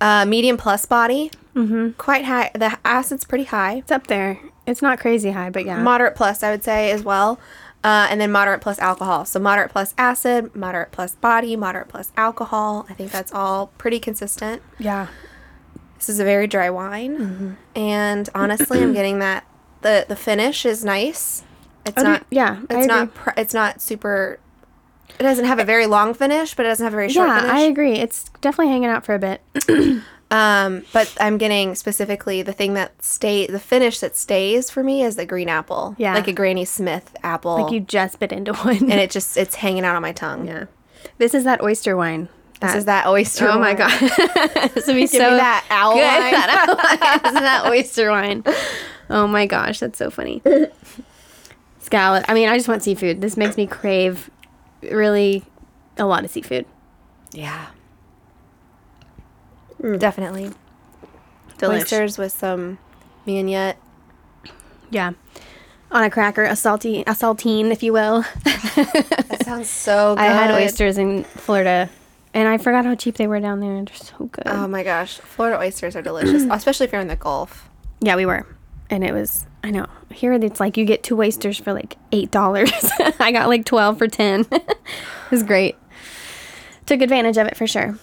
A: Uh, medium plus body, mm-hmm. quite high. The acid's pretty high.
B: It's up there. It's not crazy high, but yeah.
A: Moderate plus, I would say as well, uh, and then moderate plus alcohol. So moderate plus acid, moderate plus body, moderate plus alcohol. I think that's all pretty consistent.
B: yeah.
A: This is a very dry wine,
B: Mm-hmm.
A: and honestly, I'm getting that the the finish is nice. It's
B: I do-
A: not
B: yeah, I
A: It's not
B: agree.
A: pr- it's not super. It doesn't have a very long finish, but it doesn't have a very short
B: Yeah, I
A: finish.
B: agree. It's definitely hanging out for a bit.
A: um, but I'm getting specifically the thing that stay the finish that stays for me is the green apple.
B: Yeah.
A: like a Granny Smith apple.
B: Like you just bit into one.
A: and it just it's hanging out on my tongue.
B: yeah. This is that oyster wine.
A: This is that oyster.
B: Oh my
A: wine.
B: god. this would be
A: Give
B: so
A: me that owl
B: good.
A: wine.
B: That, owl wine. That oyster wine. Oh my gosh, that's so funny. Scallop. I mean, I just want seafood. This makes me crave really a lot of seafood.
A: Yeah. Mm. Definitely.
B: Delish.
A: Oysters with some mignonette.
B: Yeah. On a cracker, a salty, a saltine, if you will.
A: That sounds so good.
B: I had oysters in Florida, and I forgot how cheap they were down there. They're so good.
A: Oh my gosh. Florida oysters are delicious, especially if you're in the Gulf.
B: Yeah, we were. And it was, I know. Here it's like you get two oysters for like $8. I got like 12 for 10. it was great. Took advantage of it for sure.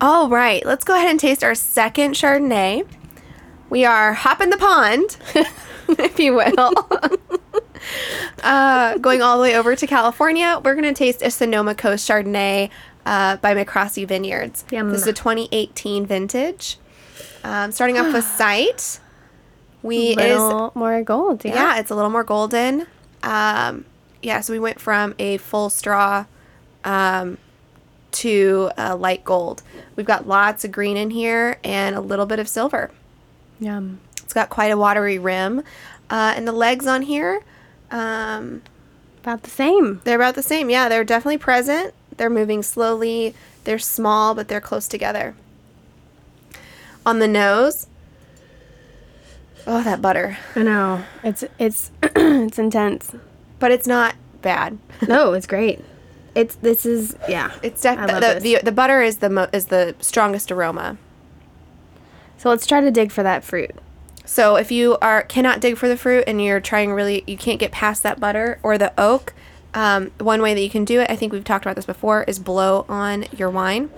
A: All right, let's go ahead and taste our second Chardonnay. We are hopping the pond, if you will. uh, going all the way over to California, we're going to taste a Sonoma Coast Chardonnay uh, by McCrossy Vineyards.
B: Yum.
A: This is a 2018 vintage. Um, starting off with sight, we is
B: Little more gold. Yeah.
A: yeah, it's a little more golden. Um, yeah, so we went from a full straw um, to a light gold. We've got lots of green in here and a little bit of silver.
B: Yum.
A: It's got quite a watery rim. Uh, and the legs on here, um,
B: About the same.
A: they're about the same. Yeah, they're definitely present. They're moving slowly. They're small, but they're close together. On the nose, oh, that butter.
B: I know. It's, it's, it's intense.
A: But it's not bad.
B: No, it's great. It's, this is, yeah.
A: It's
B: I love
A: definitely
B: this.
A: the, the the butter is the mo- is the strongest aroma.
B: So let's try to dig for that fruit.
A: So if you are cannot dig for the fruit and you're trying really you can't get past that butter or the oak, um, one way that you can do it, I think we've talked about this before, is blow on your wine.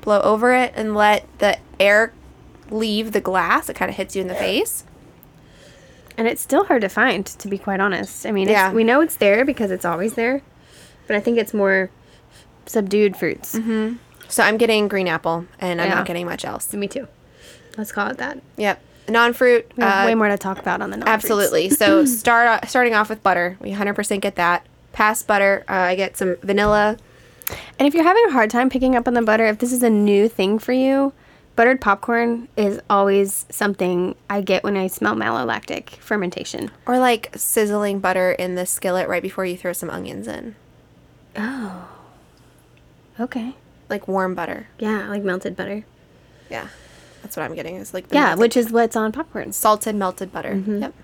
A: Blow over it and let the air leave the glass. It kind of hits you in the face.
B: And it's still hard to find, to be quite honest. I mean, it's,
A: Yeah.
B: we know it's there because it's always there, but I think it's more subdued fruits.
A: So I'm getting green apple and I'm
B: Yeah.
A: not getting much else.
B: Me too. Let's call it that.
A: Yep. Non-fruit.
B: We have
A: uh,
B: way more to talk about on the non-fruits.
A: Absolutely. So start starting off with butter. We 100% get that. Past butter, uh, I get some vanilla.
B: And if you're having a hard time picking up on the butter, if this is a new thing for you, buttered popcorn is always something I get when I smell malolactic fermentation.
A: Or like sizzling butter in the skillet right before you throw some onions in.
B: Oh. Okay.
A: Like warm butter.
B: Yeah, like melted butter.
A: Yeah. That's what I'm getting. Is like the
B: Yeah,
A: melted-
B: which Mm-hmm. is what's on popcorns.
A: salted melted butter. Yep.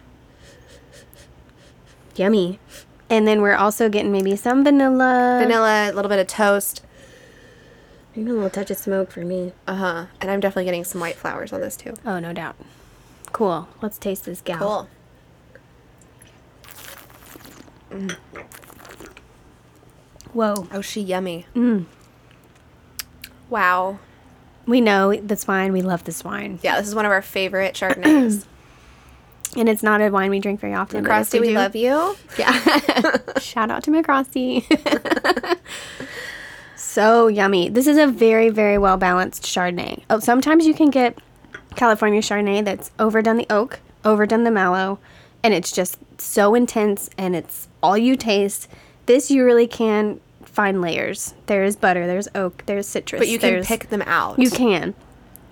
B: Yummy. And then we're also getting maybe some vanilla.
A: Vanilla, a little bit of toast.
B: Maybe a little touch of smoke for me.
A: Uh huh. And I'm definitely getting some white flowers on this too.
B: Oh, no doubt. Cool. Let's taste this gal.
A: Cool.
B: Whoa.
A: Oh, she yummy. Mm. Wow.
B: We know this wine. We love this wine.
A: Yeah, this is one of our favorite Chardonnays.
B: And it's not a wine we drink very often. but if
A: Krusty, we
B: do-
A: love you.
B: Shout out to McCrossy. so yummy. This is a very, very well balanced Chardonnay. Oh, sometimes you can get California Chardonnay that's overdone the oak, overdone the mallow, and it's just so intense and it's all you taste. This you really can find layers. There is butter, there's oak, there's citrus.
A: But you can
B: there's-
A: pick them out.
B: You can.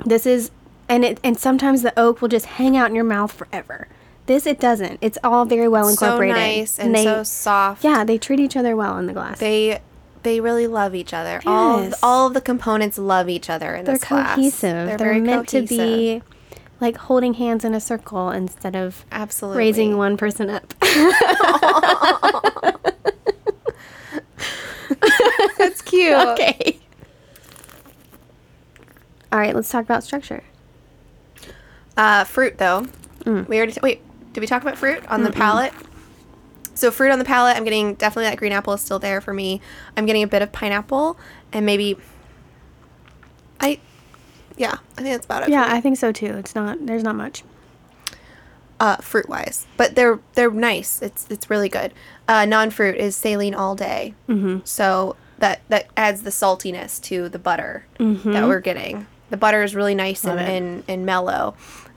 B: This is and it and sometimes the oak will just hang out in your mouth forever. This it doesn't. It's all very well
A: so
B: incorporated.
A: nice and
B: they-
A: so soft.
B: yeah, they treat each other well in the glass.
A: they they really love each other. All of,
B: Yes.
A: all of the components love each other in
B: They're
A: this class.
B: cohesive. They're,
A: very
B: meant to
A: cohesive.
B: be like holding hands in a circle instead of
A: absolutely
B: raising one person up.
A: That's cute.
B: okay. All right, let's talk about structure.
A: Uh, fruit though,
B: Mm.
A: we already wait. Did we talk about fruit on the palate? So fruit on the palate, I'm getting definitely that green apple is still there for me. I'm getting a bit of pineapple and maybe I, yeah, I think that's about it.
B: Yeah, I think so too. It's not there's not much.
A: uh, fruit wise, but they're they're nice. It's it's really good. Uh, non fruit is saline all day, mm-hmm. so that that adds the saltiness to the butter that we're getting. The butter is really nice and,
B: Mm-hmm. Love it.
A: and and mellow.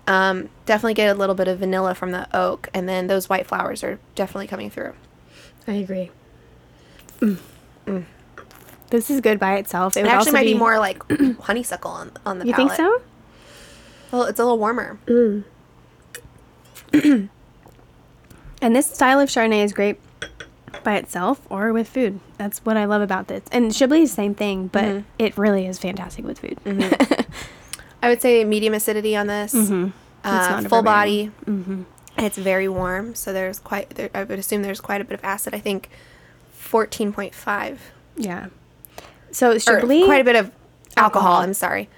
A: Um, definitely get a little bit of vanilla from the oak, and then those white flowers are definitely coming through.
B: I agree. Mm. This is good by itself.
A: Mm.
B: It,
A: It
B: would
A: actually
B: also
A: might be, more like honeysuckle on on the
B: You
A: palate.
B: think Mm. so?
A: Well, it's a little warmer.
B: And this style of Chardonnay is great by itself or with food. That's what I love about this. And Chablis is the same thing, but
A: Mm-hmm.
B: it really is fantastic with food.
A: I would say medium acidity on this.
B: Mm-hmm. It's
A: Uh,
B: not
A: full
B: overbearing.
A: body. It's very warm, so there's quite. There, I would assume there's quite a bit of acid. I think fourteen point five.
B: Yeah. So
A: Or
B: Chablis
A: quite a bit of alcohol.
B: Alcohol.
A: I'm sorry.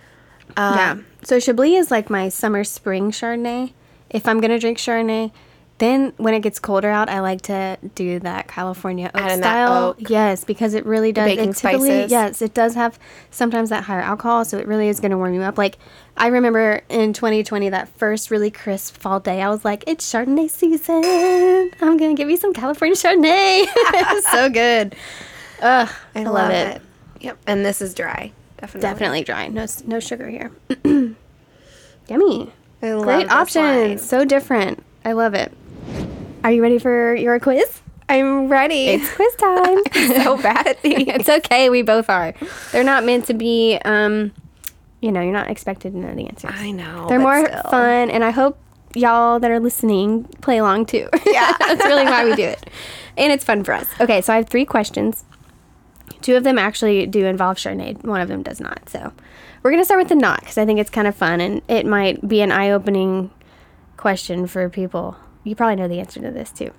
A: Um,
B: yeah. Uh, So Chablis is like my summer spring Chardonnay. If I'm gonna drink Chardonnay, then when it gets colder out, I like to do that California oak
A: Add in that
B: style.
A: oak.
B: Yes, because it really does.
A: baking
B: it typically-
A: spices.
B: Yes, it does have sometimes that higher alcohol, so it really is gonna warm you up. Like I remember in 2020, that first really crisp fall day, I was like, "It's Chardonnay season. I'm gonna give me some California Chardonnay. it's so good. Ugh,
A: I, love, it. Yep. And this is dry. Definitely.
B: Definitely dry. No, s- no sugar here. Yummy.
A: I love
B: Great
A: this wine.
B: options. So different. I love it. Are you ready for your quiz?
A: I'm ready.
B: It's quiz time.
A: so bad at these.
B: it's okay. We both are. They're not meant to be. Um, you know, you're not expected to know the answers.
A: I know.
B: They're
A: but
B: more
A: still.
B: fun, and I hope y'all that are listening play along too.
A: Yeah.
B: that's really why we do it, and it's fun for us. Okay, so I have three questions. Two of them actually do involve Chardonnay. One of them does not. So we're gonna start with the knot because I think it's kind of fun, and it might be an eye-opening question for people. You probably know the answer to this too.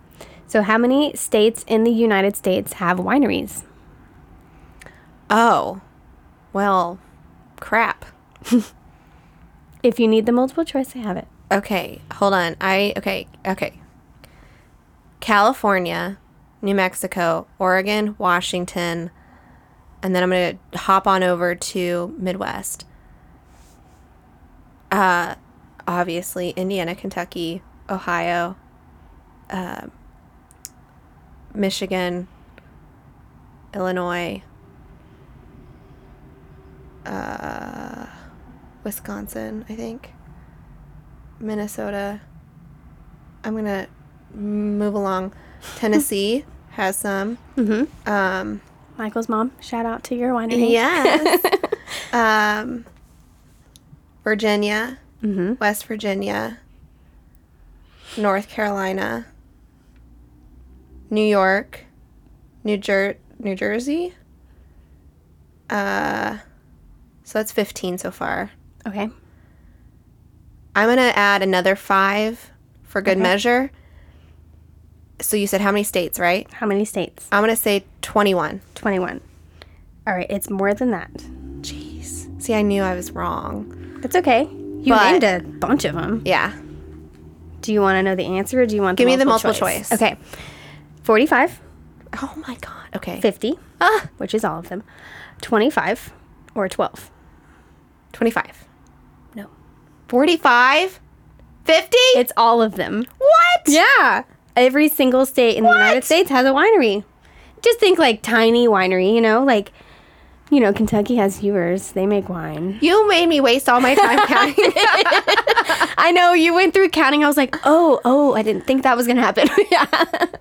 B: So, how many states in the United States have wineries?
A: Oh, well, crap.
B: If you need the multiple choice, I have it.
A: Okay, hold on. I okay, okay. California, New Mexico, Oregon, Washington, and then I'm gonna hop on over to Midwest. Uh, obviously Indiana, Kentucky, Ohio, uh, Michigan, Illinois, uh, Wisconsin, I think. Minnesota. I'm gonna move along. Tennessee has some. Mm-hmm. Um,
B: Michael's mom, shout out to your winery.
A: yes. um, Virginia,
B: Mm-hmm.
A: West Virginia, North Carolina, New York, New Jer- New Jersey. Uh, so that's 15 so far.
B: Okay.
A: I'm gonna add another five for good
B: Okay.
A: measure. So you said how many states, right?
B: How many states?
A: I'm gonna say 21.
B: 21. All right, it's more than that.
A: Jeez. See, I knew I was wrong.
B: It's okay. You
A: But-
B: named a bunch of them.
A: Yeah.
B: Do you want to know the answer or do you want
A: Give me the multiple choice.
B: Okay. 45,
A: Oh my god. Okay.
B: 50,
A: Ah,
B: which is all of them, 25, or 12.
A: 25.
B: No.
A: 45. 50.
B: It's all of them.
A: what?
B: Yeah. Every single state in the United
A: What?
B: States has a winery. Just think like tiny winery, you know, like, you know, Kentucky has Hewers. They make wine.
A: You made me waste all my time counting.
B: I know you went through counting. I was like, oh, oh, I didn't think that was going to happen. yeah.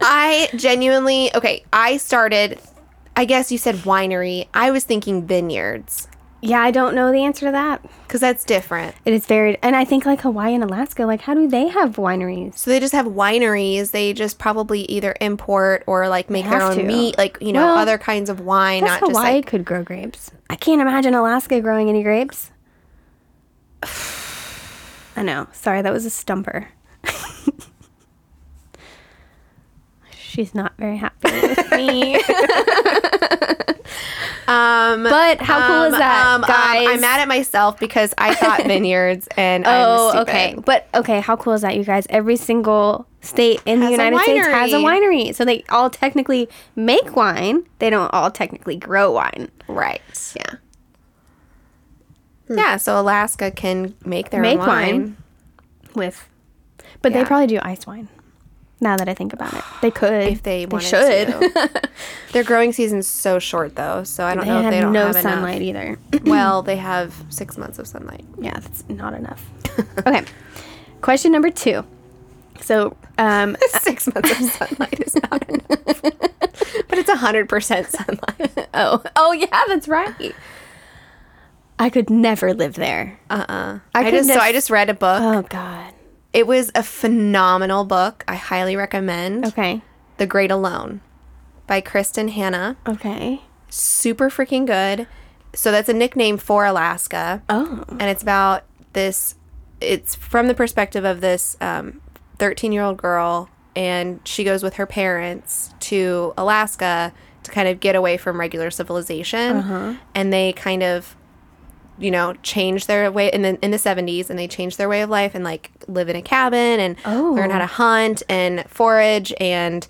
A: I genuinely. Okay. I started. I guess you said winery. I was thinking vineyards
B: Yeah, I don't know the answer to that.
A: because that's different.
B: It is varied. And I think like Hawaii and Alaska, like how do they have wineries?
A: So they just have wineries. They just probably either import or like make their
B: have
A: own
B: to.
A: meat, like you know,
B: Well,
A: other kinds of wine,
B: Not
A: not just
B: Hawaii
A: like
B: could grow grapes. I can't imagine Alaska growing any grapes. I know. Sorry, that was a stumper. She's not very happy with me.
A: um.
B: But how cool is
A: um,
B: that,
A: um, um,
B: guys?
A: I'm mad at myself because I thought vineyards and
B: oh,
A: I'm
B: okay.
A: stupid.
B: But okay, how cool is that, you guys? Every single state in the
A: Has a
B: United States has a
A: winery.
B: winery. So they all technically make wine. They don't all technically grow wine.
A: right? Yeah. Yeah. So Alaska can make their
B: Make
A: own
B: wine.
A: wine.
B: with. But
A: Yeah.
B: they probably do ice wine. Now that I think about it, they could.
A: if they
B: they
A: wanted
B: should.
A: to. Their growing season's so short though, so I don't
B: They
A: know if
B: have
A: they don't
B: no
A: have
B: sunlight either.
A: Enough. well, they have six months of sunlight.
B: yeah, that's not enough. okay, question number two. So, um,
A: Six months of sunlight is not enough. But But it's 100% sunlight.
B: Oh, oh yeah, that's right. I could never live there.
A: Uh-uh. I, just so I just read a book.
B: Oh God.
A: It was a phenomenal book. I highly recommend.
B: Okay.
A: The Great Alone by Kristen Hanna.
B: Okay.
A: Super freaking good. So that's a nickname for Alaska.
B: Oh.
A: And it's about this it's from the perspective of this um, 13 year old girl, and she goes with her parents to Alaska to kind of get away from regular civilization. And they kind of, you know, change their way in the, in the 70s and they change their way of life and like live in a cabin and learn
B: Oh.
A: how to hunt and forage and.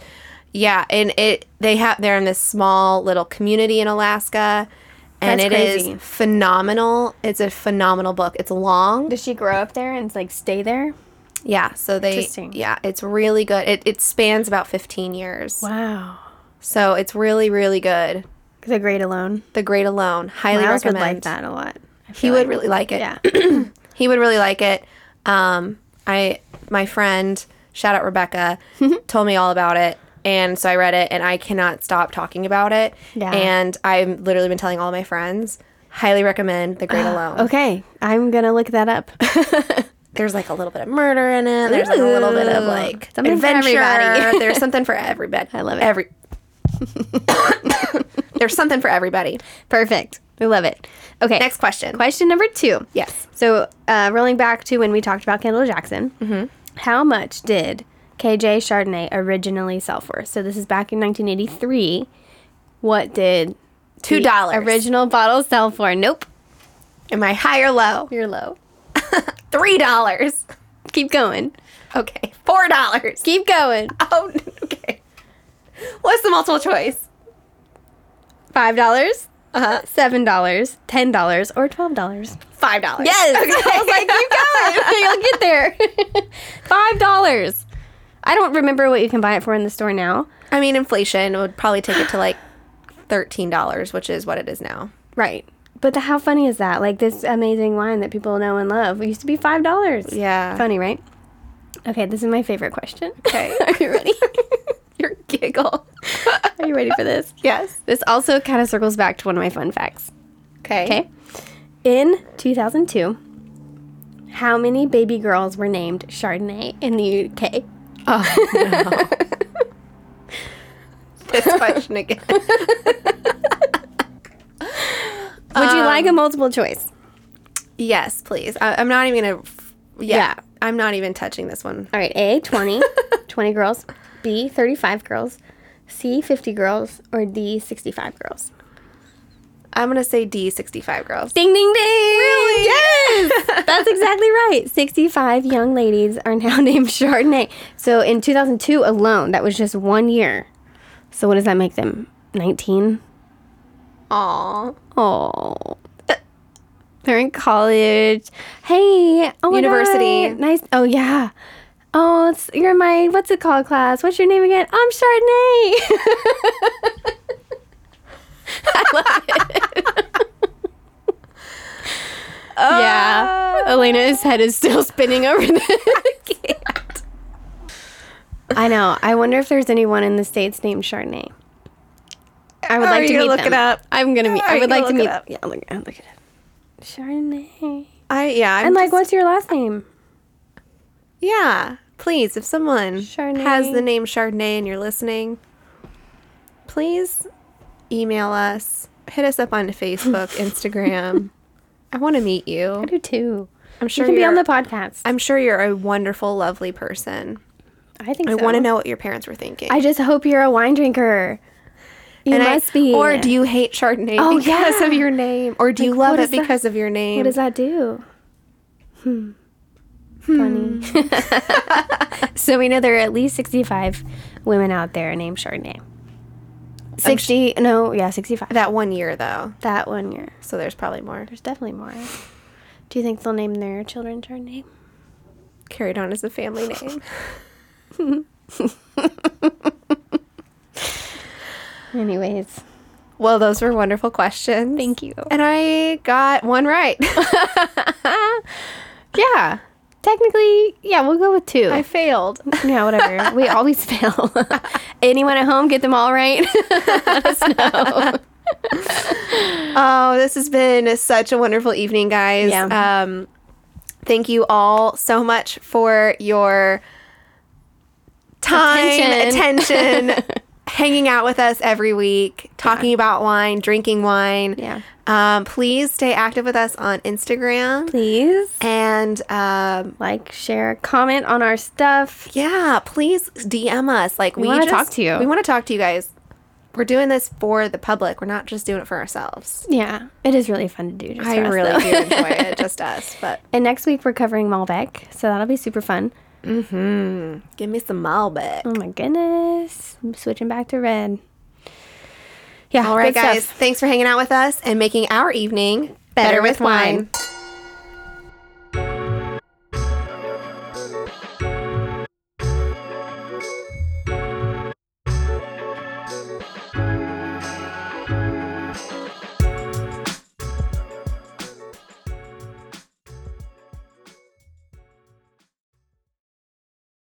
A: Yeah, and it they have they're in this small little community in Alaska, and
B: That's
A: it is
B: crazy.
A: phenomenal. It's a phenomenal book. It's long.
B: Does she grow up there and like stay there?
A: Yeah, so they
B: Interesting.
A: yeah, it's really good. It it spans about 15 years.
B: Wow.
A: So it's really really good.
B: The Great Alone.
A: The Great Alone. Highly
B: Miles would
A: recommend.
B: like that a lot. I
A: He
B: feel
A: would
B: like.
A: really like it.
B: Yeah.
A: He would really like it. Um I my friend, shout out Rebecca, told me all about it. And so I read it and I cannot stop talking about it.
B: Yeah.
A: And I've literally been telling all my friends, highly recommend The Great Alone.
B: Oh, okay, I'm gonna look that up.
A: there's like a little bit of murder in it. There's like a little bit of
B: Ooh.
A: like
B: Something for
A: adventure.
B: everybody.
A: there's something for everybody. I
B: love it.
A: Every there's something for everybody.
B: Perfect. I love it. Okay.
A: Next question.
B: Question number two.
A: Yes.
B: So, uh, rolling back to when we talked about Kendall Jackson,
A: Mm-hmm.
B: how much did KJ Chardonnay originally sell for? So, this is back in 1983. What did
A: Two
B: the
A: dollars.
B: original bottle sell for? Nope.
A: Am I high or low?
B: You're low.
A: Three dollars.
B: Keep going.
A: Okay. Four dollars.
B: Keep going.
A: Oh, okay. What's the multiple choice?
B: Five dollars,
A: Uh-huh.
B: seven dollars, ten dollars, or twelve dollars.
A: Five dollars.
B: Yes. I was like, keep going. You'll get there. Five dollars. I don't remember what you can buy it for in the store now.
A: I mean, inflation would probably take it to like thirteen dollars, which is what it is now.
B: Right. But the, how funny is that? Like this amazing wine that people know and love it used to be five dollars.
A: Yeah.
B: Funny, right? Okay, this is my favorite question.
A: Okay.
B: Are you ready?
A: Your giggle.
B: Are you ready for this?
A: yes.
B: This also kind of circles back to one of my fun facts.
A: Okay.
B: Okay. In 2002, how many baby girls were named Chardonnay in the UK?
A: Oh no. this question again.
B: Would you like a multiple choice?
A: Yes, please. I, I'm not even gonna. f- Yeah,
B: Yeah.
A: I'm not even touching this one.
B: All right, A, 20, 20 girls, B, 35 girls, C, 50 girls, or D, 65 girls?
A: I'm gonna say D65 girls.
B: Ding, ding, ding! Really? Yes! That's exactly right. 65 young ladies are now named Chardonnay. So in 2002 alone, that was just one year. So what does that make them? 19?
A: Aw.
B: Oh. They're in college. Hey. Oh my
A: University.
B: God. Nice. Oh, yeah. Oh, it's, you're in my, what's it called class? What's your name again? I'm Chardonnay.
A: Oh.
B: yeah. Elena's head is still spinning over this. I know. I wonder if there's anyone in the States named Chardonnay. I would
A: Are
B: like
A: you
B: to
A: gonna
B: meet
A: look
B: them.
A: it up?
B: I'm gonna meet.
A: Are
B: I
A: you
B: would
A: gonna
B: like to
A: look it
B: meet.
A: up?
B: Yeah, I'll look, I'll look it up. Chardonnay.
A: I yeah. I'm
B: And like,
A: just-
B: what's your last name?
A: Yeah. Please, if someone has
B: Chardonnay.
A: the name Chardonnay and you're listening, please email us. Hit us up on Facebook, Instagram. I want to meet you.
B: I do too.
A: I'm sure
B: you can be on
A: you're-
B: the podcast. i
A: I'm sure you're a wonderful, lovely person.
B: think
A: I
B: so.
A: want to know what your parents were thinking.
B: I just hope you're a wine drinker. You
A: And I-
B: must be.
A: Or do you hate Chardonnay
B: Oh,
A: because of
B: yeah.
A: your name? Or do you
B: Like,
A: love
B: what
A: it
B: is that?
A: because of your name?
B: What does that do? Hmm. Funny. Hmm. so we know there are at least 65 women out there named Chardonnay. Oh, 60, no, yeah, 65.
A: that one year, though.
B: That one year.
A: So there's probably more.
B: There's definitely more. Do you think they'll name their children Chardonnay?
A: Carried on as a family name.
B: Anyways,
A: well, those were wonderful questions.
B: thank you.
A: And I got one right.
B: Yeah. Technically, yeah, we'll go with two.
C: I failed.
B: yeah, whatever. we always fail. Anyone at home, get them all right. Let us know.
A: Oh, this has been such a wonderful evening, guys.
B: Yeah.
A: Um, thank you all so much for your time, attention,
B: Attention.
A: hanging out with us every week, talking about wine, drinking wine.
B: Yeah.
A: Um, please stay active with us on Instagram.
B: Please
A: And um,
B: like, share, comment on our stuff.
A: yeah, please DM us. Like we,
B: wanna
A: just-
B: talk to you.
A: We want to talk to you guys. We're doing this for the public. We're not just doing it for ourselves.
B: Yeah, it is really fun to do. Just
A: I
B: for us,
A: really
B: though.
A: do enjoy it, just us. But
B: And next week we're covering Malbec, so that'll be super fun.
A: Give me some Malbec.
B: Oh my goodness, I'm switching back to red. Yeah,
A: All right,
B: good
A: guys.
B: stuff.
A: Thanks for hanging out with us and making our evening better, with wine.